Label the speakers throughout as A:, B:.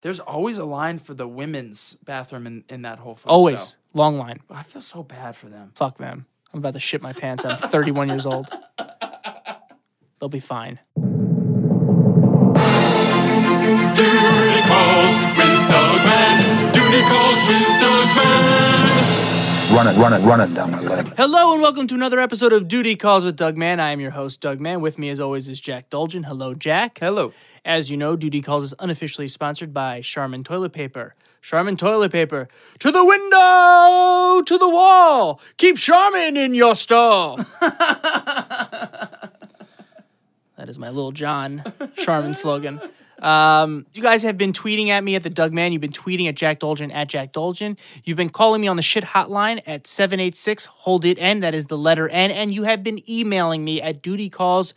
A: There's always a line for the women's bathroom in, in that Whole Foods. though.
B: Always long line.
A: I feel so bad for them.
B: Fuck them. I'm about to shit my pants. I'm 31 years old. They'll be fine.
C: Duty calls with Dogman. Duty calls with Dogman.
D: Run it, run it, run it down my leg.
B: Hello and welcome to another episode of Duty Calls with Doug Mann. I am your host, Doug Mann. With me, as always, is Jack Dulgin. Hello, Jack.
A: Hello.
B: As you know, Duty Calls is unofficially sponsored by Charmin Toilet Paper. Charmin Toilet Paper. To the window, to the wall. Keep Charmin in your stall. that is my little John Charmin slogan. Um, you guys have been tweeting at me at the Doug Man. You've been tweeting at Jack Dolgen at Jack Dolgen. You've been calling me on the shit hotline at 786 hold it N. That is the letter N. And you have been emailing me at duty calls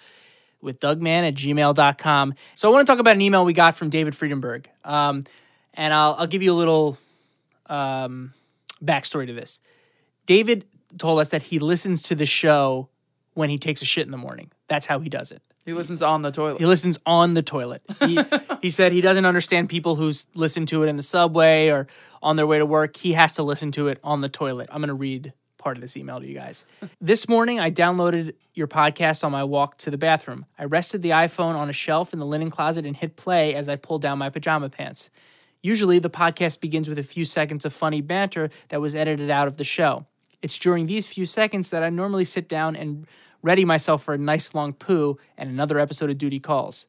B: with Dougman at gmail.com. So I want to talk about an email we got from David Friedenberg. Um, and I'll, I'll give you a little um, backstory to this. David told us that he listens to the show when he takes a shit in the morning. That's how he does it.
A: He listens on the toilet.
B: He listens on the toilet. He, he said he doesn't understand people who s- listen to it in the subway or on their way to work. He has to listen to it on the toilet. I'm going to read part of this email to you guys. this morning, I downloaded your podcast on my walk to the bathroom. I rested the iPhone on a shelf in the linen closet and hit play as I pulled down my pajama pants. Usually, the podcast begins with a few seconds of funny banter that was edited out of the show. It's during these few seconds that I normally sit down and ready myself for a nice long poo and another episode of Duty Calls.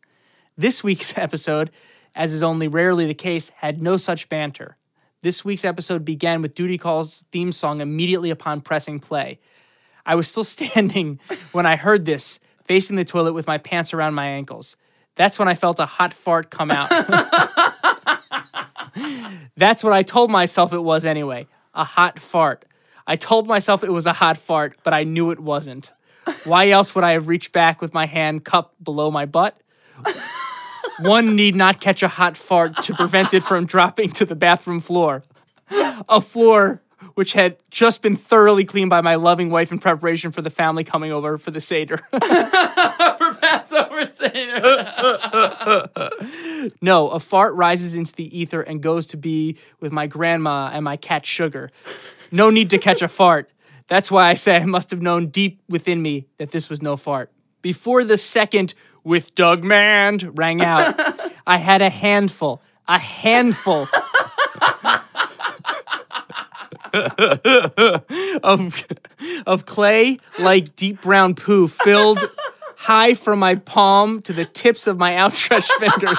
B: This week's episode, as is only rarely the case, had no such banter. This week's episode began with Duty Call's theme song immediately upon pressing play. I was still standing when I heard this, facing the toilet with my pants around my ankles. That's when I felt a hot fart come out. That's what I told myself it was anyway a hot fart. I told myself it was a hot fart, but I knew it wasn't. Why else would I have reached back with my hand cupped below my butt? One need not catch a hot fart to prevent it from dropping to the bathroom floor. A floor which had just been thoroughly cleaned by my loving wife in preparation for the family coming over for the Seder.
A: Passover Seder.
B: no, a fart rises into the ether and goes to be with my grandma and my cat Sugar. No need to catch a fart. That's why I say I must have known deep within me that this was no fart. Before the second with Doug Mand rang out, I had a handful, a handful of of clay like deep brown poo filled high from my palm to the tips of my outstretched fingers.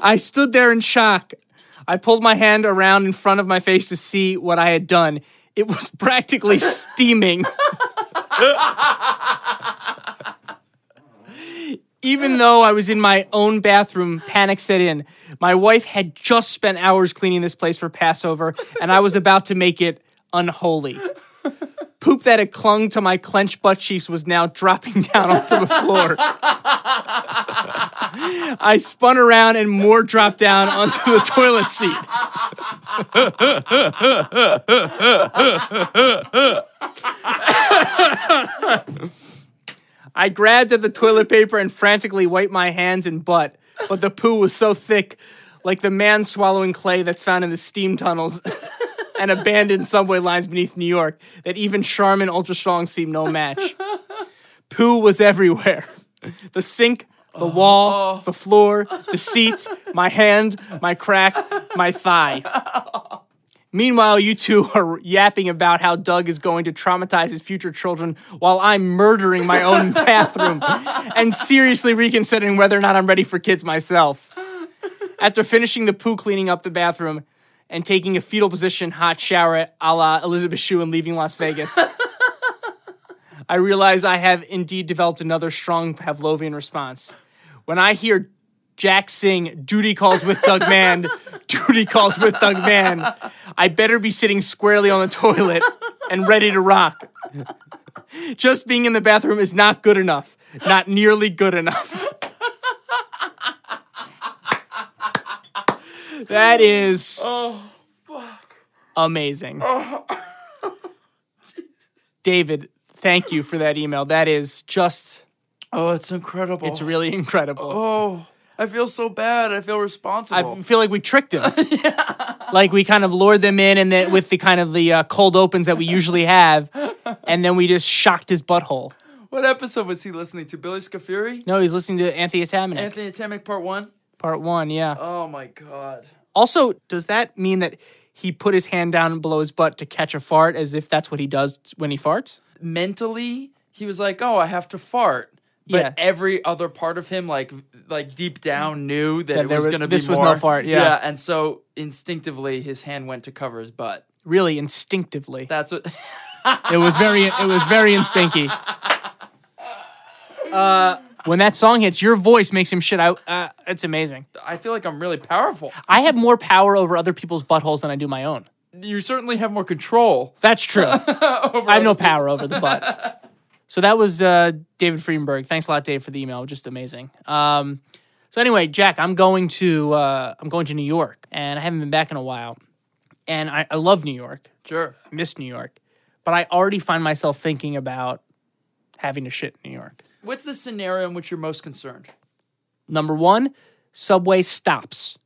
B: I stood there in shock. I pulled my hand around in front of my face to see what I had done. It was practically steaming. Even though I was in my own bathroom, panic set in. My wife had just spent hours cleaning this place for Passover, and I was about to make it unholy. Poop that had clung to my clenched butt cheeks was now dropping down onto the floor. I spun around and more dropped down onto the toilet seat. I grabbed at the toilet paper and frantically wiped my hands and butt, but the poo was so thick, like the man swallowing clay that's found in the steam tunnels and abandoned subway lines beneath New York, that even Charmin Ultra Strong seemed no match. poo was everywhere the sink, the wall, the floor, the seat, my hand, my crack, my thigh. Meanwhile, you two are yapping about how Doug is going to traumatize his future children while I'm murdering my own bathroom and seriously reconsidering whether or not I'm ready for kids myself. After finishing the poo cleaning up the bathroom and taking a fetal position hot shower a la Elizabeth Shue and leaving Las Vegas, I realize I have indeed developed another strong Pavlovian response. When I hear Jack sing duty calls with Doug Man, duty calls with Doug Man, I better be sitting squarely on the toilet and ready to rock. Just being in the bathroom is not good enough. Not nearly good enough. that is
A: Oh, fuck.
B: amazing. David, thank you for that email. That is just,
A: Oh, it's incredible.
B: it's really incredible.
A: Oh, I feel so bad. I feel responsible.
B: I feel like we tricked him. Like we kind of lured them in, and then with the kind of the uh, cold opens that we usually have, and then we just shocked his butthole.
A: what episode was he listening to? Billy Scafuri?
B: No, he's listening to Anthea Tamanick,
A: Anthony Tamick, part one?
B: part one. Yeah.
A: Oh my god.
B: Also, does that mean that he put his hand down below his butt to catch a fart, as if that's what he does when he farts?
A: Mentally, he was like, oh, I have to fart. But
B: Yeah.
A: every other part of him, like like deep down, knew that
B: That
A: it
B: there
A: was
B: was-
A: going to be
B: this was no
A: more.
B: fart, yeah.
A: and so instinctively, his hand went to cover his butt.
B: Really instinctively.
A: That's what.
B: It was very it was very instinky. Uh, when that song hits, your voice makes him shit out. Uh, it's amazing.
A: I feel like I'm really powerful.
B: I have more power over other people's buttholes than I do my own.
A: You certainly have more control.
B: That's true. I have no power over the butt. So that was uh, David Friedenberg. Thanks a lot, Dave, for the email. Just amazing. Um, so anyway, Jack, I'm going to uh, I'm going to New York, and I haven't been back in a while. And I, I love New York.
A: Sure.
B: I miss New York, but I already find myself thinking about having to shit in New York.
A: What's the scenario in which you're most concerned?
B: Number one, subway stops.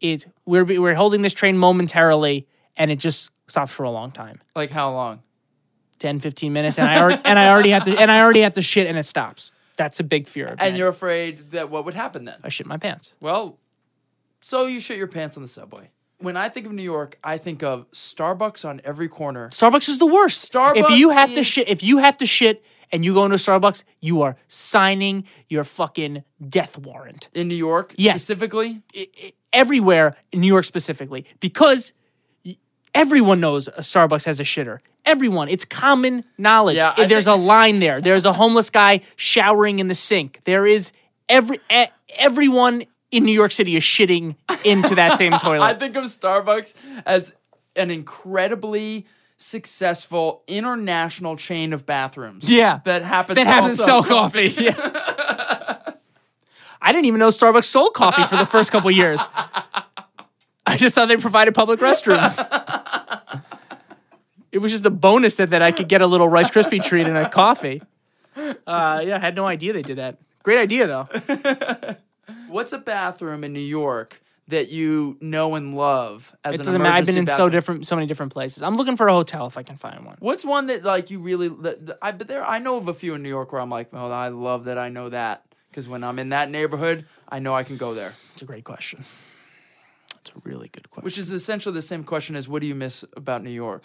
B: It we're we're holding this train momentarily, and it just stops for a long time.
A: Like how long?
B: 10 15 minutes and i already and i already have to and i already have to shit and it stops that's a big fear of
A: And
B: mine.
A: you're afraid that what would happen then?
B: i shit my pants
A: Well, so you shit your pants on the subway. When I think of New York, I think of Starbucks on every corner.
B: starbucks is the worst
A: Starbucks
B: if you have to
A: is-
B: shit if you have to shit and you go into starbucks you are signing your fucking death warrant
A: In New York,
B: Yes.
A: specifically,
B: I- I- everywhere in new york specifically because y- everyone knows a starbucks has a shitter everyone it's common knowledge
A: Yeah, I
B: there's
A: think-
B: a line there there's a homeless guy showering in the sink there is every e- everyone in new york city is shitting into that same toilet
A: I think of Starbucks as an incredibly successful international chain of bathrooms.
B: Yeah.
A: that happens.
B: that
A: to
B: happens to
A: also-
B: sell coffee. Yeah. I didn't even know Starbucks sold coffee for the first couple years. I just thought they provided public restrooms. It was just a bonus that, that I could get a little Rice Krispie treat and a coffee. Uh, yeah, I had no idea they did that. Great idea though.
A: What's a bathroom in New York that you know and love? As
B: It
A: an
B: doesn't matter. I've been
A: emergency
B: in so
A: bathroom?
B: different, so many different places. I'm looking for a hotel if I can find one.
A: What's one that like you really? That, that- I but there I know of a few in New York where I'm like, oh, I love that. I know that because when I'm in that neighborhood, I know I can go there.
B: That's a great question. That's a really good question.
A: Which is essentially the same question as what do you miss about New York?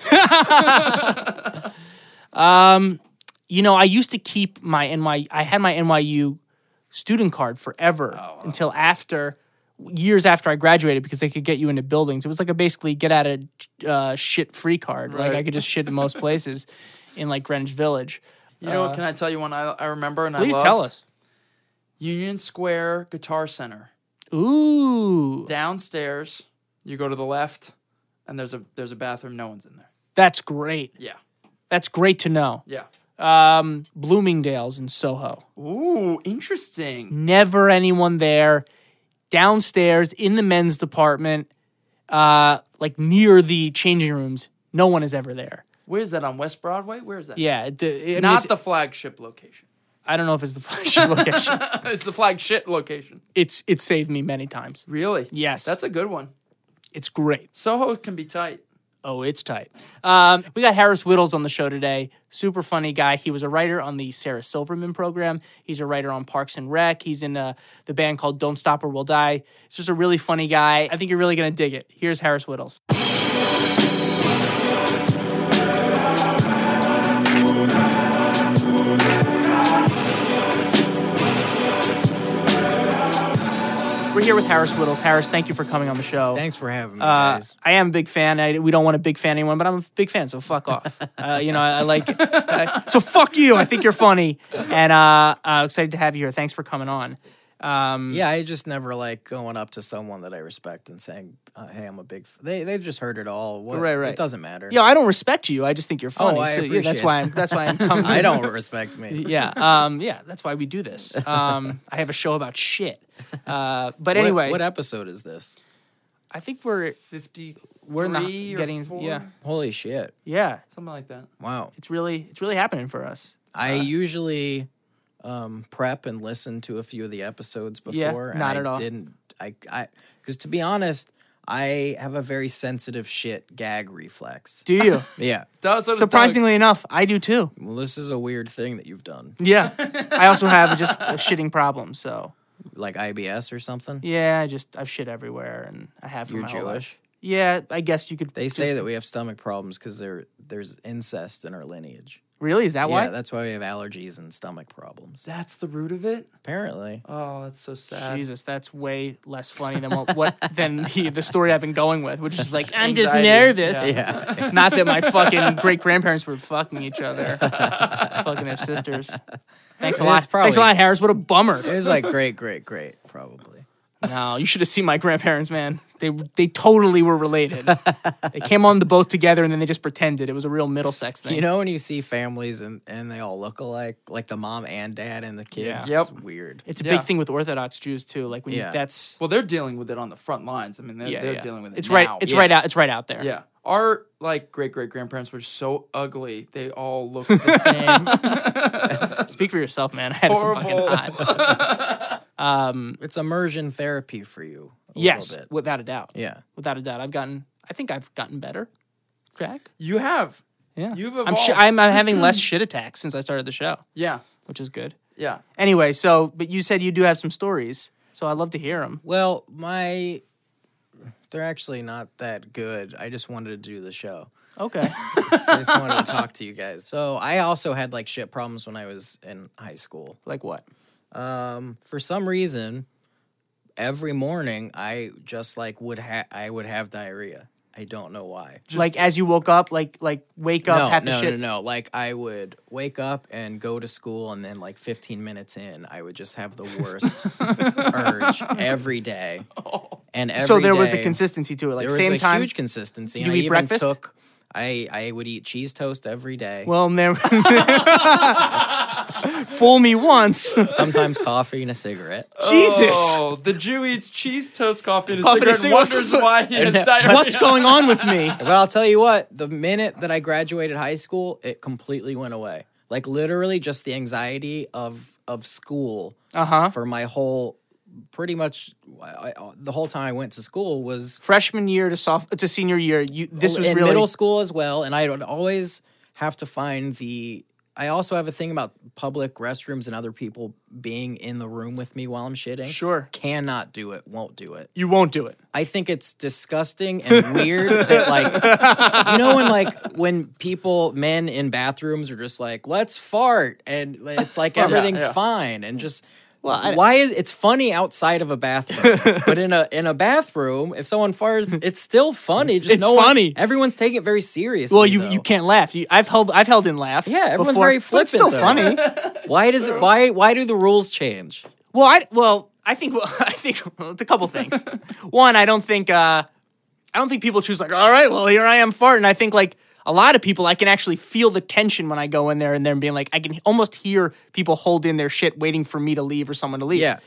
B: you know, I used to keep my NY. I had my NYU student card
A: Oh,
B: forever until after years after I graduated because they could get you into buildings. It was like a basically get out of uh, shit free card. Like I
A: Right.
B: could just shit in most places in like Greenwich Village.
A: You know, what can I tell you one I, I remember and I
B: Please
A: loved?
B: tell us.
A: Union Square Guitar Center.
B: Ooh,
A: Downstairs, you go to the left, and there's a there's a bathroom. No one's in there.
B: that's great.
A: Yeah,
B: That's great to know.
A: yeah.
B: Um, Bloomingdale's in Soho.
A: Ooh, interesting.
B: never anyone there downstairs in the men's department uh like near the changing rooms no one is ever there
A: Where is that on West Broadway? Where is that?
B: yeah the, I mean,
A: not
B: it's-
A: the flagship location.
B: i don't know if it's the flagship location
A: it's the flagship location.
B: it's it saved me many times
A: Really?
B: Yes.
A: That's a good one.
B: it's great
A: Soho can be tight.
B: oh it's tight um we got harris whittles on the show today super funny guy he was a writer on the sarah silverman program he's a writer on parks and rec he's in uh, the band called don't stop or we'll die it's just a really funny guy i think you're really gonna dig it here's harris whittles We're here with Harris Whittles. Harris, thank you for coming on the show.
E: Thanks for having me,
B: Uh,
E: guys.
B: I am a big fan. I, we don't want to big fan anyone, but I'm a big fan, so fuck off. uh, you know, I, I like it. I- so fuck you. I think you're funny, and uh, uh, excited to have you here. Thanks for coming on. Um,
E: Yeah, I just never like going up to someone that I respect and saying, uh, "Hey, I'm a big." F-. They they've just heard it all. What,
B: Right, right.
E: It doesn't matter.
B: you know, I don't respect you. I just think you're funny.
E: Oh, I
B: so, yeah, that's
E: appreciate
B: why
E: it.
B: I'm. That's why I'm coming.
E: I don't respect me.
B: Yeah, um, yeah. That's why we do this. Um, I have a show about shit. Uh, but
E: What-
B: anyway,
E: what, episode is this?
B: I think we're
A: Fifty.
B: we're not
A: Three or
B: getting.
A: four?
B: Yeah,
E: Holy shit!
B: yeah.
A: Something like that.
E: Wow. Uh,
B: It's really it's really happening for us.
E: I usually um, prep and listen to a few of the episodes before.
A: Yeah,
E: and
B: not
E: I
B: at all.
E: Didn't I? I because to be honest, I have a very sensitive shit gag reflex.
B: Do you?
E: Yeah.
A: Does it a
B: Surprisingly enough, I do too.
E: Well, this is a weird thing that you've done,
B: Yeah. I also have just a shitting problem. So
E: like IBS or something.
B: yeah, I just I've shit everywhere, and I have. for
E: You're
B: my whole life.
E: Jewish.
B: Yeah, I guess you could.
E: They say
B: just-
E: that we have stomach problems because there there's incest in our lineage.
B: Really, is that why?
E: Yeah, that's why we have allergies and stomach problems.
A: That's the root of it.
E: Apparently,
A: Oh, that's so sad.
B: Jesus, that's way less funny than what, what than the, the story I've been going with, which is like I'm just
A: Anxiety,
B: nervous.
E: yeah.
B: Not that my fucking great grandparents were fucking each other, fucking their sisters. Thanks a
E: It's
B: lot. Thanks a
E: probably-
B: lot, Harris. What a bummer.
E: It was like great, great, great, probably.
B: No, you should have seen my grandparents, man. They they totally were related. they came on the boat together, and then they just pretended it was a real Middlesex thing.
E: You know when you see families and, and they all look alike, like the mom and dad and the kids.
A: Yeah.
E: It's
A: Yep.
E: weird.
B: it's a
A: Yeah.
B: big thing with Orthodox Jews too. Like when
E: Yeah.
B: you, that's
A: Well, they're dealing with it on the front lines. I mean, they're,
B: yeah,
A: they're
B: yeah.
A: dealing with it.
B: It's
A: now.
B: right. It's right out. It's right out there.
A: Yeah. Our like great great grandparents were so ugly. They all looked the same.
B: Speak for yourself, man. I had some fucking
A: Horrible.
B: odd. Um,
E: It's immersion therapy for you. a little
B: yes,
E: bit.
B: without a doubt.
E: Yeah.
B: Without a doubt, I've gotten. I think I've gotten better, Jack.
A: you have.
B: Yeah,
A: You've
B: I'm, sh-
A: evolved.
B: I'm I'm having less shit attacks since I started the show,
A: Yeah.
B: which is good.
A: Yeah.
B: Anyway, so but you said you do have some stories, so I'd love to hear them.
E: Well, my they're actually not that good. I just wanted to do the show.
B: Okay.
E: So I just wanted to talk to you guys. So I also had like shit problems when I was in high school.
B: like what?
E: Um, for some reason, every morning I just like would ha- I would have diarrhea. I don't know why.
B: like as you woke up, like like wake up,
E: no,
B: have to
E: no,
B: shit.
E: no, no. Like I would wake up and go to school, and then like 15 minutes in, I would just have the worst urge every day. And every
B: So there was a
E: day-
B: consistency to it, like
E: there was
B: same
E: a
B: time.
E: huge consistency.
B: Did
E: and
B: you
E: I
B: eat
E: even
B: breakfast?
E: Took, I I would eat cheese toast every day.
B: Well, never. Fool me once, Jesus.
E: sometimes coffee and a cigarette.
A: Oh, the Jew eats cheese toast coffee and a
B: Coffee and a
A: cigarette.
B: cigarette.
A: Wonders why he has
E: And-
A: diarrhea.
B: What's going on with me?
E: But I'll tell you what, the minute that I graduated high school, it completely went away. Like literally just the anxiety of of school
B: Uh huh.
E: for my whole pretty much I, I- the whole time I went to school was
B: Freshman year to soph to senior year, you this was
E: Oh, in
B: really
E: middle school as well and I would always have to find the I also have a thing about public restrooms and other people being in the room with me while I'm shitting.
B: Sure.
E: Cannot do it, won't do it.
B: you won't do it.
E: I think it's disgusting and weird that like you know when like when people men in bathrooms are just like let's fart and it's like everything's
A: yeah.
E: fine and just
B: I-
E: why is it's funny outside of a bathroom but in a in a bathroom if someone farts it's still funny just
B: It's
E: no one-
B: funny.
E: everyone's taking it very seriously
B: Well, you, you
E: though.
B: can't laugh. You, I've held I've held in laughs.
E: Yeah, everyone's
B: before,
E: very
B: but it's still
E: flippant,
B: funny.
E: why does it why why do the rules change
B: Well, I well, I think well, I think well, it's a couple things. One, I don't think uh, I don't think people choose like, all right, well, here I am farting. I think like a lot of people, I can actually feel the tension when I go in there and then being like, I can almost hear people hold in their shit, waiting for me to leave or someone to leave.
E: yeah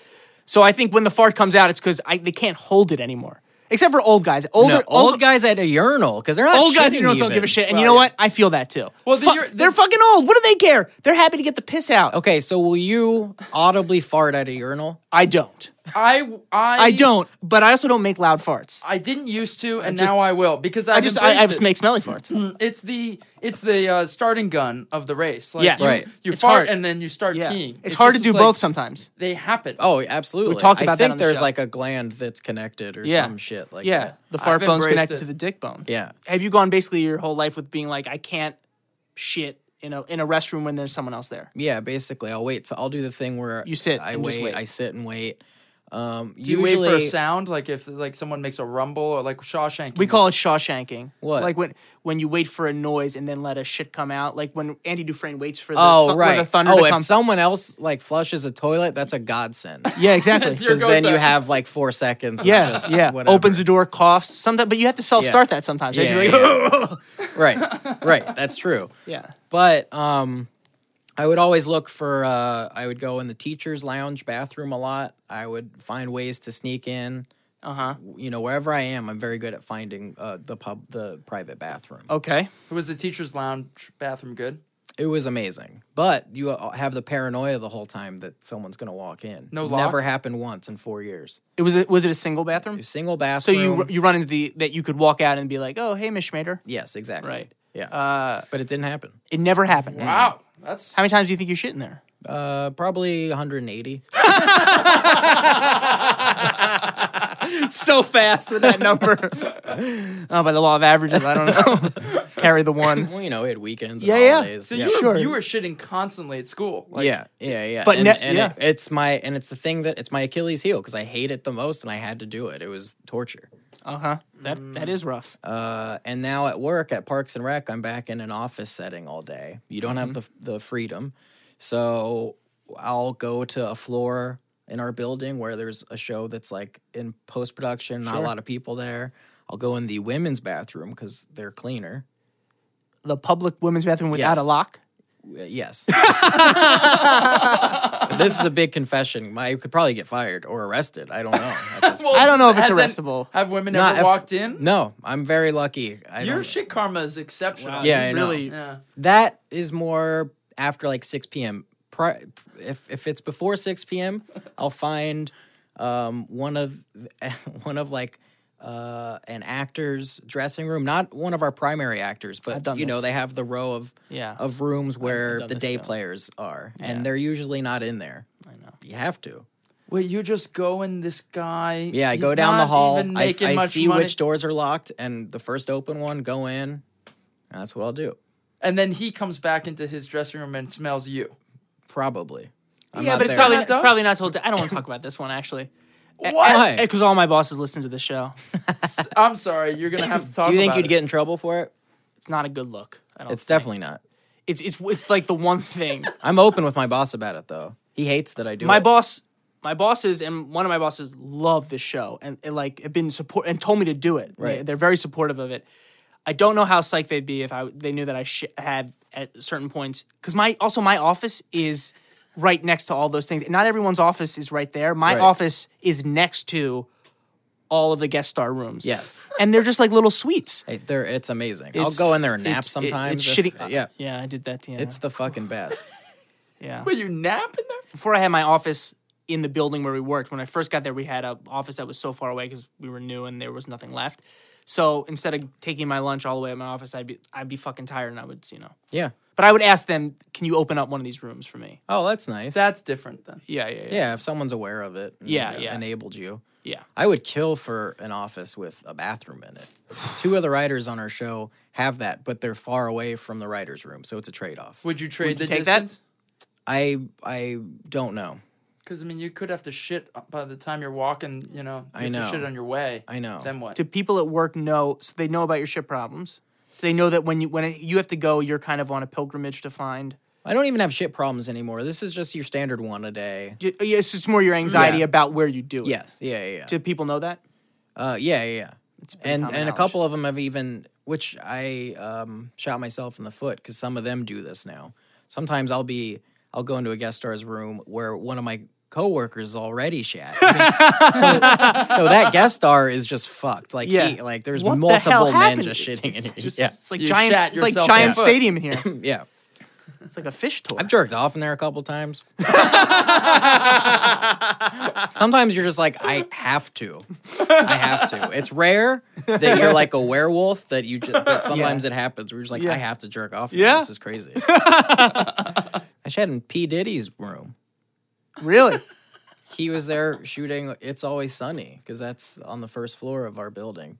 B: So I think when the fart comes out, it's because they can't hold it anymore. Except for old guys, older
E: no,
B: old,
E: old guys at a urinal because they're not
B: Old guys
E: shitting
B: in urinals don't
E: even.
B: give a shit, and you
A: Well,
B: know
A: yeah.
B: what? I feel that too.
A: Well,
B: Well,
A: the ur- the-
B: they're fucking old. What do they care? They're happy to get the piss out.
E: okay so will you audibly fart at a urinal
B: I don't.
A: I I
B: I don't. But I also don't make loud farts.
A: I didn't used to, and
B: just-
A: now I will because I've
B: I just I, I
A: embraced
B: just
A: it.
B: make smelly farts.
A: It's the it's the uh, starting gun of the race. Like
B: Yes.
A: you,
E: Right.
A: You
B: It's
A: fart
B: hard.
A: and then you start
B: Yeah.
A: peeing.
B: It's, hard to
A: just
B: do
A: like
B: both sometimes.
A: They happen.
E: Oh, absolutely.
B: talked
E: I
B: about that
E: think
B: on the
E: there's
B: show.
E: like a gland that's connected or
B: Yeah.
E: some shit like
B: Yeah.
E: that.
B: The fart
A: I've
B: bone's
A: embraced
B: connected
A: it.
B: to the dick bone.
E: Yeah.
B: Have you gone basically your whole life with being like I can't shit in a in a restroom when there's someone else there?
E: Yeah, basically I'll wait. So I'll do the thing where
B: You sit
E: I
B: and just
E: wait,
B: wait.
E: I sit and wait. Um
A: Do you
E: usually
A: wait for a sound? Like if like someone makes a rumble or like Shawshank.
B: We call it Shawshanking.
E: What?
B: Like when when you wait for a noise and then let a shit come out. Like when Andy Dufresne waits for the,
E: Oh,
B: thu- for
E: right.
B: the thunder
E: oh,
B: to
E: if
B: come.
E: someone else like flushes a toilet, that's a godsend.
B: yeah, exactly.
A: your
E: Because then you
A: go-to.
E: have like four seconds. of
B: yeah,
E: just
B: yeah.
E: whatever.
B: Opens the door, coughs. Sometimes, but you have to self start that sometimes. You have to be
E: Yeah,
B: like,
E: right, right. That's true.
B: yeah.
E: But um, I would always look for. Uh, I would go in the teachers' lounge bathroom a lot. I would find ways to sneak in.
B: Uh huh.
E: You know, wherever I am, I'm very good at finding uh, the pub, the private bathroom.
B: Okay.
A: Was the teacher's lounge bathroom good?
E: It was amazing, but you uh, have the paranoia the whole time that someone's gonna walk in.
A: No lock?
E: never happened once in four years.
B: It was a, was it a single bathroom?
E: A single
B: So
E: bathroom.
B: you you run into the that you could walk out and be like, oh hey Miss Schmader.
E: yes, exactly.
B: Right.
E: Yeah.
B: Uh,
E: but it didn't happen.
B: it never happened.
A: Wow, that's
B: How many times do you think you shit in there?
E: Uh, probably 180.
B: so fast with that number. oh, by the law of averages, I don't know. Carry the one.
E: well, you know, we had weekends. And
B: Yeah, yeah.
E: holidays.
A: so
E: yeah.
A: you were
B: Sure.
A: you were shitting constantly at school. Like,
E: yeah, yeah, yeah.
B: But
E: and,
B: ne-
E: and
B: yeah.
E: it- it's my and it's the thing that it's my Achilles heel because I hate it the most and I had to do it. It was torture.
B: Uh huh. That that
E: Mm.
B: is rough.
E: Uh, and now at work at Parks and Rec, I'm back in an office setting all day. You don't have
B: Mm-hmm.
E: the the freedom, so I'll go to a floor in our building where there's a show that's like in post production, not a lot of people there. I'll go in the women's bathroom because they're cleaner.
B: The public women's bathroom without
E: Yes.
B: a lock.
E: Uh, Yes. this is a big confession. I could probably get fired or arrested. I don't know. at this point.
A: Well,
B: I don't know if it's
A: hasn't-
B: arrestable.
A: Have women
E: Not
A: ever
E: if-
A: walked in?
E: No, I'm very lucky. I
A: Your
E: don't-
A: shit karma is exceptional.
E: Yeah, I know.
B: really.
A: Yeah.
E: that is more after like 6 p.m. Pri- If if it's before 6 p.m., I'll find um, one of one of like uh, an actor's dressing room, not one of our primary actors, but
B: done
E: you know
B: this.
E: they have the row of
B: Yeah.
E: of rooms where
B: done
E: the
B: this
E: day
B: too.
E: players are, and they're usually not in there. I know you have to.
A: Wait, you're just going this guy.
E: Yeah, I
A: he's
E: go down the
A: not
E: hall.
A: even
E: I,
A: making
E: I
A: much
E: see
A: money.
E: which doors are locked, and the first open one, go in. and That's what I'll do.
A: and then he comes back into his dressing room and smells you.
E: Probably. I'm
B: yeah,
E: not
B: but it's
E: there.
B: probably
A: Not
B: it's
A: done?
B: probably not told. I don't want to talk about this one actually.
A: What?
B: Because all my bosses listen to the show.
A: S- I'm sorry, you're gonna have to talk.
E: Do you think
A: about
E: you'd
A: it.
E: get in trouble for it?
B: It's not a good look. I don't.
E: It's definitely not.
B: It's it's it's like the one thing
E: I'm open with my boss about it though. He hates that I do
B: my
E: it.
B: boss my bosses and one of my bosses love this show and, and, like have been support and told me to do it
E: Right.
B: they, are very supportive of it i don't know how psyched they'd be if i they knew that i sh- had at certain points because my also my office is right next to all those things not everyone's office is right there my
E: Right.
B: office is next to all of the guest star rooms
E: Yes.
B: and they're just like little suites
E: Hey, there it's amazing. I'll go in there and nap
B: It's- it-
E: sometimes.
B: it's
E: if-
B: shitty
E: Yeah.
B: yeah i did that to you
E: It's the fucking best.
B: yeah
A: Were you napping there?
B: before I had my office in the building where we worked, when I first got there, we had an office that was so far away because we were new and there was nothing left. So instead of taking my lunch all the way at my office, I'd be I'd be fucking tired and I would you know.
E: yeah.
B: But I would ask them, "Can you open up one of these rooms for me?"
E: Oh, that's nice.
A: That's different then.
B: Yeah, yeah, yeah.
E: yeah, if someone's aware of it, and,
B: Yeah,
E: uh,
B: yeah.
E: enabled you.
B: yeah.
E: I would kill for an office with a bathroom in it. Two of the writers on our show have that, but they're far away from the writers' room, so it's a trade-off.
A: Would you trade the
B: you take that?
A: distance?
E: I I don't know.
A: Because I mean, you could have to shit uh, by the time you're walking. You know,
E: I
A: you have to
E: know.
A: shit on your way.
E: I know.
A: Then what?
B: Do people at work know? So they know about your shit problems. Do they know that when you when it, you have to go, you're kind of on a pilgrimage to find.
E: I don't even have shit problems anymore. This is just your standard one a day.
B: y- Yes, it's more your anxiety
E: Yeah.
B: about where you do it.
E: Yes. Yeah, yeah, yeah.
B: Do people know that?
E: Uh, yeah, yeah, yeah.
B: pretty
E: and
B: common
E: and a
B: knowledge.
E: couple of them have even, which I um, shot myself in the foot because some of them do this now. Sometimes I'll be, I'll go into a guest star's room where one of my coworkers is already shat. so, so that guest star is just fucked. Like,
B: Yeah.
E: he, like there's
B: What the hell
E: multiple men
B: happened?
E: just shitting in here.
B: Just,
E: yeah,
B: It's like
A: You
B: giant.
A: shat
B: It's like
A: yourself
B: giant
A: in the foot.
B: stadium in here.
E: yeah.
B: It's like a fish toy.
E: I've jerked off in there a couple times. Sometimes you're just like, I have to. I have to. It's rare that you're like a werewolf that you just, but sometimes it happens. We're just like, I have to jerk off. now.
B: Yeah.
E: This is crazy. I shat in P. Diddy's room.
B: Really?
E: He was there shooting It's Always Sunny because that's on the first floor of our building.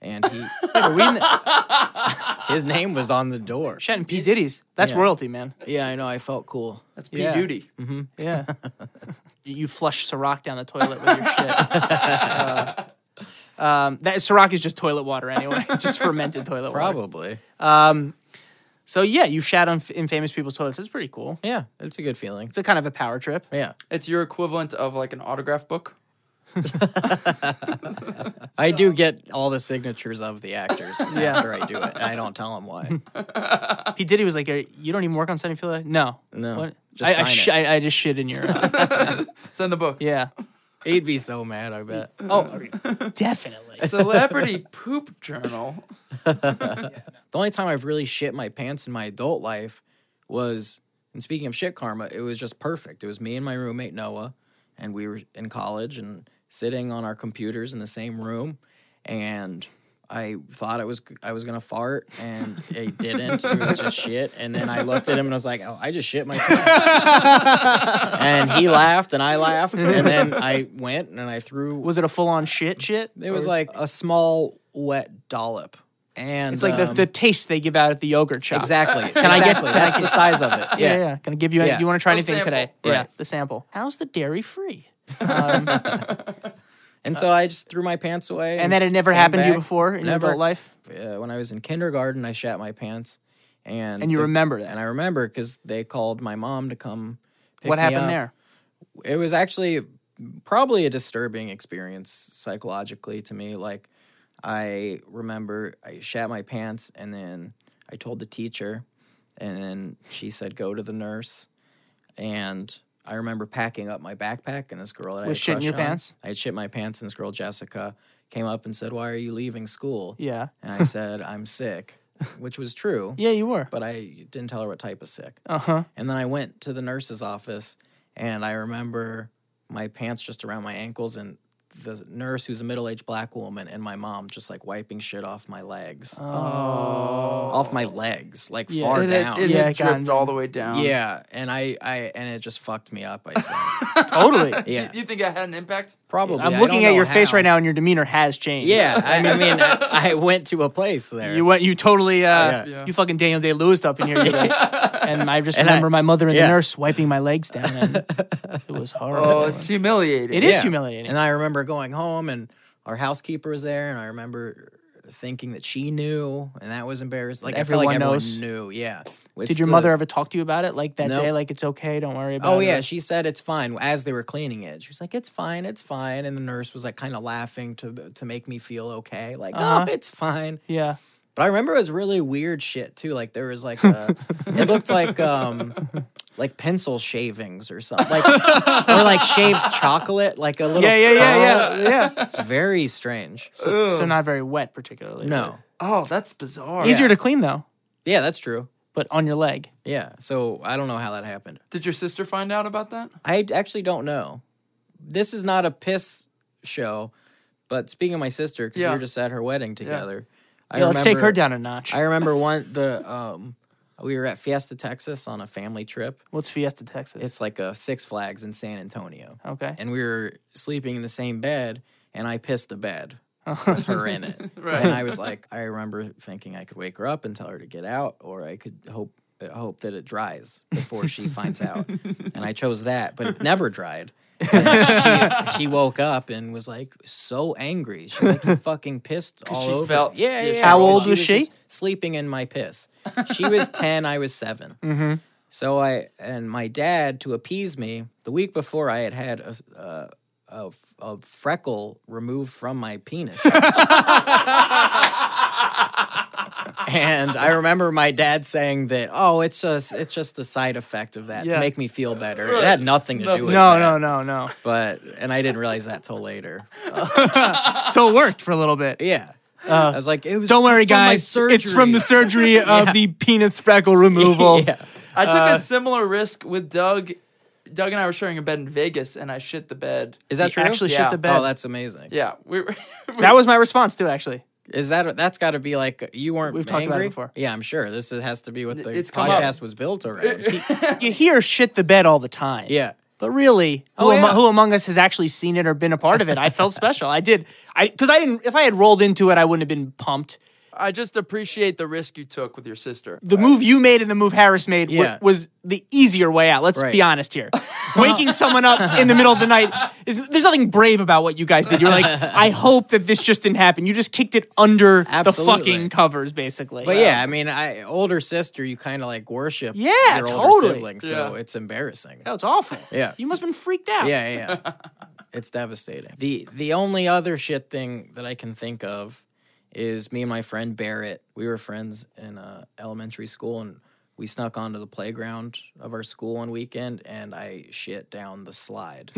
E: And he,
B: Are we in the-
E: his name was on the door.
B: Shannon P. Diddy's. That's
E: Yeah.
B: royalty, man.
E: Yeah, I know. I felt cool.
A: That's P
B: Yeah.
A: duty.
E: Mm.
B: Yeah. you flush Ciroc down the toilet with your shit. Uh, um, that Ciroc is just toilet water anyway, just fermented toilet water.
E: Probably.
B: So yeah, you shat on f- in famous people's toilets. That's pretty cool.
E: Yeah, it's a good feeling.
B: It's a kind of a power trip.
E: Yeah.
A: It's your equivalent of like an autograph book.
E: I do get all the signatures of the actors
B: Yeah.
E: after I do it, and I don't tell them why.
B: P. Diddy was like, "Are- "You don't even work on Sunny Field." No,
E: No.
B: What?
E: Just
B: I, I,
E: sign
B: sh-
E: it.
B: I, I just shit in your. Uh,
A: Send the book.
B: yeah.
E: He'd be so mad, I bet.
B: Oh, definitely.
A: Celebrity poop journal.
E: The only time I've really shit my pants in my adult life was, and speaking of shit karma, it was just perfect. It was me and my roommate Noah, and we were in college and sitting on our computers in the same room, and I thought I was I was gonna fart, and it didn't. It was just shit. And then I looked at him and I was like, "Oh, I just shit my." and he laughed, and I laughed, and then I went and I threw
B: Was it a full on shit shit?
E: it was like a small wet dollop, and
B: It's like the,
E: um,
B: the taste they give out at the yogurt shop.
E: exactly.
B: I get-
E: exactly.
B: can I
E: That's the size of it.
B: Yeah,
E: Yeah.
B: yeah. yeah. Can I give you?
E: Yeah.
B: A, you want to try
A: The
B: anything
A: sample.
B: today? Yeah,
E: Right.
B: the sample. How's the dairy free? Um,
E: And so I just threw my pants away,
B: And that had never happened to you
E: back.
B: before in
E: Never.
B: your adult life,
E: uh, when I was in kindergarten, I shat my pants, and
B: and you
E: the-
B: remember that.
E: And I remember because they called my mom to come. Pick
B: what
E: me
B: happened
E: up.
B: there?
E: it was actually probably a disturbing experience psychologically to me. Like I remember I shat my pants and then I told the teacher and then she said go to the nurse and I remember packing up my backpack and this girl that I
B: With
E: had
B: shit in
E: crush
B: your
E: on-
B: pants?
E: I had shit my pants and this girl Jessica came up and said why are you leaving school?
B: Yeah,
E: And I said I'm sick, which was true.
B: yeah, you were.
E: But I didn't tell her what type of sick.
B: Uh huh.
E: And then I went to the nurse's office and I remember my pants just around my ankles and the nurse who's a middle-aged black woman and my mom just like wiping shit off my legs. Off my legs, like
B: Oh. Yeah.
E: Oh. far
B: It
A: It, had-
E: down.
A: it,
B: Yeah,
A: had
B: it got
A: dripped
B: in
A: all the way down.
E: yeah, and I I and it just fucked me up, I think.
B: Totally.
E: Yeah.
A: You think I had an impact?
E: Probably.
B: I'm
E: I
B: looking
E: don't
B: at your
E: know
B: face
E: how.
B: right now, and your demeanor has changed.
E: Yeah, I mean, I, mean, I I went to a place there.
B: You went, you totally, uh,
E: Yeah.
A: Yeah.
B: you fucking Daniel Day Lewis up in here today. and I just
E: And I-
B: remember my mother and
E: yeah.
B: the nurse wiping my legs down. And it was horrible.
A: Oh, it's humiliating.
B: It is
E: Yeah.
B: humiliating.
E: And I remember going home, and our housekeeper was there, and I remember thinking that she knew, and that was embarrassing. Like I felt
B: Everyone
E: like everyone
B: knows.
E: knew. Yeah. It's
B: Did your
E: the-
B: mother ever talk to you about it? Like that
E: No.
B: day, like it's okay, don't worry about it.
E: Oh yeah, she said it's fine. As they were cleaning it, she was like, "It's fine, it's fine," and the nurse was like, kind of laughing to to make me feel okay. Like,
B: Uh-huh.
E: "Oh, it's fine."
B: yeah.
E: But I remember it was really weird shit too. Like there was like a, it looked like um like pencil shavings or something, like or like shaved chocolate, like a little
B: Yeah, Uh, yeah, yeah,
E: curl.
B: yeah, yeah.
E: It's very strange.
B: So, so not very wet, particularly.
E: No.
A: Oh, that's bizarre.
B: Easier to clean though,
E: Yeah, that's true.
B: but on your leg.
E: Yeah. So I don't know how that happened.
A: Did your sister find out about that?
E: I actually don't know. This is not a piss show, but speaking of my sister, because we
A: Yeah.
E: were just at her wedding together. I
B: Yeah, let's take her
E: remember-
B: down a notch.
E: I remember one the um we were at Fiesta, Texas on a family trip.
B: What's Fiesta, Texas?
E: It's like a Six Flags in San Antonio.
B: okay.
E: And we were sleeping in the same bed and I pissed the bed with her in it.
A: Right.
E: And I was like I remember thinking I could wake her up and tell her to get out or I could hope hope that it dries before she finds out. And I chose that, but it never dried. And she, she woke up and was like so angry. She's like, "You fucking pissed all
A: she
E: over."
A: felt-
E: yeah,
A: yeah,
E: yeah.
B: How old was she?
E: just Sleeping in my piss. She was ten. I was 7 Mm-hmm. So I and my dad to appease me the week before I had had a. s- a- a, a freckle removed from my penis. and I remember my dad saying that, oh, it's just it's just a side effect of that to
B: Yeah.
E: make me feel better. It had nothing to do with
B: No,
E: that
B: no, no, no.
E: but and I didn't realize that till later.
B: So it worked for a little bit.
E: Yeah, I was like, it was.
B: Don't worry,
E: from my
B: guys. It's from the
E: surgery.
B: surgery of the penis freckle removal.
E: yeah.
A: I took
E: Uh,
A: a similar risk with Doug. Doug and I were sharing a bed in Vegas, and I shit the bed.
E: Is that
B: He
E: true?
B: actually shit
A: Yeah.
B: the bed.
E: Oh, that's amazing.
A: Yeah, we. were-
B: that was my response too, actually.
E: Is that that's got to be like you weren't?
B: We've talked about it
E: angry?
B: before.
E: Yeah, I'm sure this is- has to be what the
A: It's come up.
E: podcast was built around.
B: You hear shit the bed all the time.
E: yeah,
B: But really, who,
E: Oh,
B: amo-
E: yeah.
B: who among us has actually seen it or been a part of it? I felt special. I did. I because I didn't. If I had rolled into it, I wouldn't have been pumped.
A: I just appreciate the risk you took with your sister.
B: The move you made and the move Harris made wa-
E: Yeah.
B: was the easier way out. Let's be
E: Right.
B: honest here. Waking someone up in the middle of the night is there's nothing brave about what you guys did. You're like, I hope that this just didn't happen. You just kicked it under
E: Absolutely.
B: the fucking covers, basically.
E: but yeah, I mean, I older sister, you kind of like worship.
B: Yeah,
E: your
B: totally.
E: older sibling, so
A: Yeah.
E: it's embarrassing.
B: Oh, it's awful.
E: Yeah.
B: You must have been freaked out.
E: Yeah, yeah, yeah. it's devastating. The the only other shit thing that I can think of is me and my friend Barrett. We were friends in uh, elementary school, and we snuck onto the playground of our school one weekend and I shit down the slide,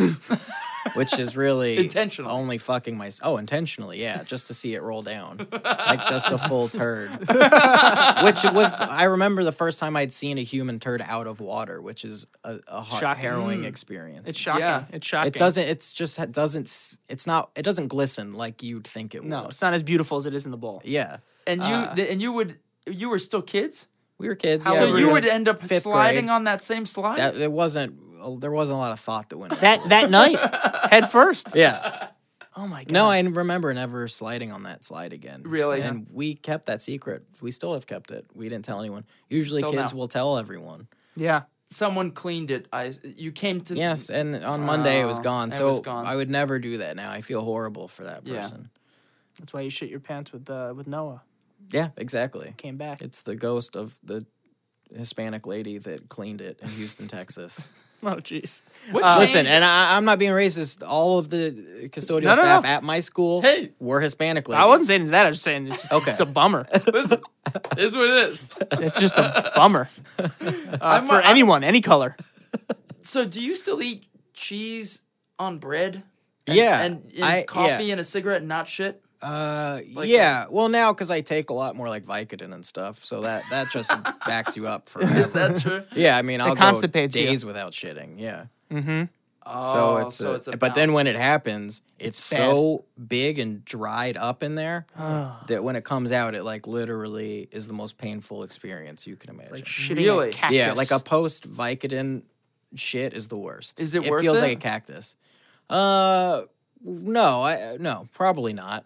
E: which is really
A: Intentionally.
E: Only fucking myself. Oh, intentionally, yeah, just to see it roll down, like just a full turd. which was I remember the first time I'd seen a human turd out of water, which is a, a har-
B: Shocking.
E: harrowing experience.
B: It's shocking.
A: Yeah.
B: It's shocking.
E: It doesn't. It's just it doesn't. s- It's not. It doesn't glisten like you'd think it would.
B: No, it's not as beautiful as it is in the bowl.
E: Yeah.
A: And you th- and you would you were still kids,
E: We were kids.
B: How
E: Uh, yeah,
B: old
A: so
E: we
B: were
A: you
E: were-
A: would end up
E: fifth
A: sliding
E: grade.
A: on that same slide.
E: That, it wasn't. uh, There wasn't a lot of thought that went. into
B: That that night, head first.
E: it. Yeah.
B: Oh my god.
E: No, I remember never sliding on that slide again.
A: Really?
E: And we kept that secret. We still have kept it. We didn't tell anyone. Usually,
A: Till
E: kids
A: now.
E: will tell everyone.
B: Yeah.
A: Someone cleaned it. I you came to
E: Yes, and on Monday it was
A: Oh,
E: gone.
A: it
E: So
A: was gone.
E: I would never do that now. I feel horrible for that
A: Yeah.
E: person.
B: That's why you shit your pants with uh, with Noah.
E: Yeah, exactly.
B: Came back.
E: It's the ghost of the Hispanic lady that cleaned it in Houston, Texas.
B: Oh jeez.
A: What
E: Uh, Listen,
A: changed-
E: and I, I'm not being racist. All of the custodial
B: No, no,
E: staff
B: no.
E: at my school
A: Hey.
E: were Hispanic ladies.
B: I wasn't saying that. I was saying it's, just,
E: Okay.
B: it's a bummer.
A: listen, this is what it is.
B: It's just a bummer Uh, for
A: a- I'm-
B: anyone, any color.
A: So do you still eat cheese on bread?
E: yeah,
A: and, and
E: I-
A: coffee
E: Yeah,
A: and a cigarette, and not shit.
E: uh,
A: like
E: yeah. well, now because I take a lot more like Vicodin and stuff, so that that just backs you up for.
A: Is that true?
E: Yeah, I mean, I'll go
B: constipates you.
E: days without shitting. Yeah. So
A: Oh,
E: it's, a- but then when it happens, it's, so big and dried up in there that when it comes out, it like literally is the most painful experience you can imagine.
B: Like shitting
A: Really?
B: a cactus.
E: yeah, like a post Vicodin shit is the worst.
A: Is it
E: It
A: worth
E: feels
A: it?
E: like a cactus. Uh, no, I no, probably not.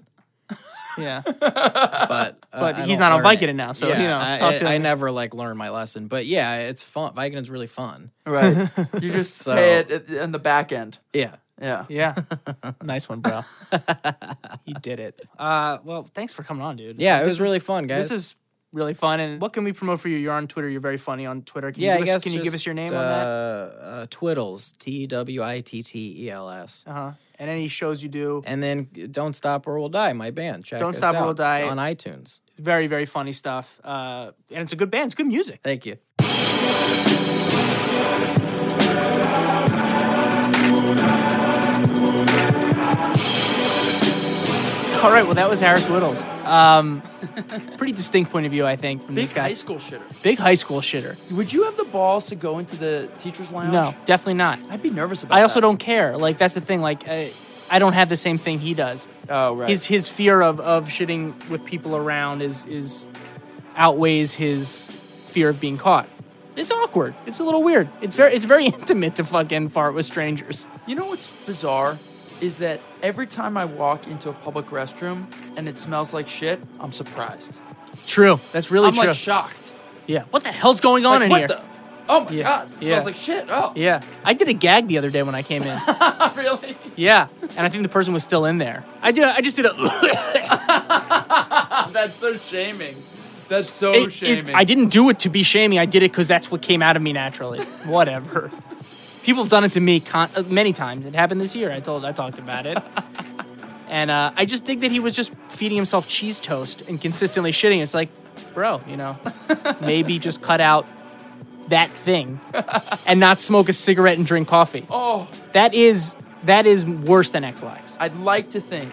B: yeah.
E: But uh,
B: But
E: I
B: he's
E: don't
B: not on
E: learn
B: Vicodin
E: it.
B: now, so
E: Yeah,
B: you know.
E: I,
B: talk
E: I-
B: to
E: I
B: him.
E: never like learned my lesson, but yeah, it's fun. Vicodin's really fun.
A: right, you just
E: So-
A: pay it at- in the back end.
E: Yeah.
A: Yeah.
B: Yeah. nice one, bro. he did it. Uh, well, thanks for coming on, dude.
E: Yeah, it
B: This
E: was
B: is-
E: really fun, guys.
B: This is really fun. And what can we promote for you? You're on Twitter. You're very funny on Twitter. Can
E: Yeah,
B: you give
E: I
B: us,
E: guess
B: Can you give
E: just,
B: us your name
E: uh,
B: on that?
E: Uh, Twiddles, T W I T T E L S.
B: Uh huh. And any shows you do,
E: And then Don't Stop or We'll Die, my band. Check
B: Don't
E: us
B: Stop or
E: out
B: We'll Die.
E: on iTunes.
B: very very funny stuff. Uh, and it's a good band. It's good music.
E: Thank you.
B: All right. Well, that was Harris Whittles. Um, pretty distinct point of view, I think, from
A: Big
B: this guy.
A: high school shitter.
B: Big high school shitter.
A: Would you have the balls to go into the teacher's lounge?
B: No, definitely not.
A: I'd be nervous about
B: I also
A: that.
B: don't care. Like that's the thing. Like I, I don't have the same thing he does.
A: Oh, right.
B: His his fear of of shitting with people around is is outweighs his fear of being caught. It's awkward. It's a little weird. It's very it's very intimate to fucking fart with strangers.
A: You know what's bizarre is that every time I walk into a public restroom and it smells like shit, I'm surprised.
B: True. That's really
A: I'm
B: true.
A: like shocked.
B: yeah. What the hell's going on
A: Like,
B: in
A: what
B: here?
A: the? Oh my
B: Yeah,
A: god, it
B: yeah.
A: smells like shit. Oh,
B: yeah. I did a gag the other day when I came in.
A: really?
B: yeah. And I think the person was still in there. I did. A, I just did a.
A: That's so shaming. That's so
B: It- it-
A: shaming.
B: I didn't do it to be shaming. I did it because that's what came out of me naturally. Whatever. People have done it to me con- uh, many times. It happened this year. I told, I talked about it, and uh, I just think that he was just feeding himself cheese toast and consistently shitting. It's like, bro, you know, maybe just cut out that thing and not smoke a cigarette and drink coffee.
A: Oh,
B: That is that is worse than X lax.
A: I'd like to think,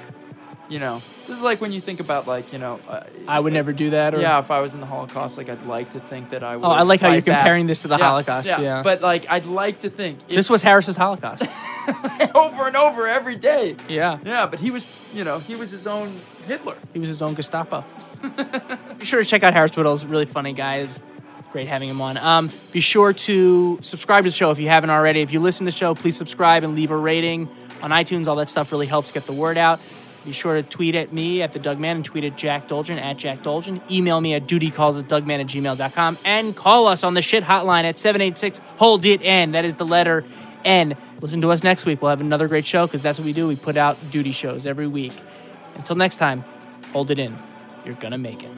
A: you know, this is like when you think about like, you know, uh,
B: I would never do that. Or
A: Yeah, if I was in the Holocaust, like I'd like to think that I would.
B: Oh, I like how you're
A: fight back.
B: comparing this to the Holocaust, yeah.
A: but like I'd like to think if
B: this was Harris's Holocaust.
A: over and over every day.
B: yeah.
A: Yeah, but he was, you know, he was his own Hitler.
B: He was his own Gestapo. be sure to check out Harris Whittles. Really funny guy. It's Great having him on. Um, be sure to subscribe to the show if you haven't already. If you listen to the show, please subscribe and leave a rating on iTunes. All that stuff really helps get the word out. Be sure to tweet at me at the Doug Man and tweet at Jack Dolgen at Jack Dolgen. Email me at dutycalls at Dougman at gmail.com and call us on the shit hotline at 786 Hold It N. That is the letter N. Listen to us next week. We'll have another great show because that's what we do. We put out duty shows every week. Until next time, hold it in. You're going to make it.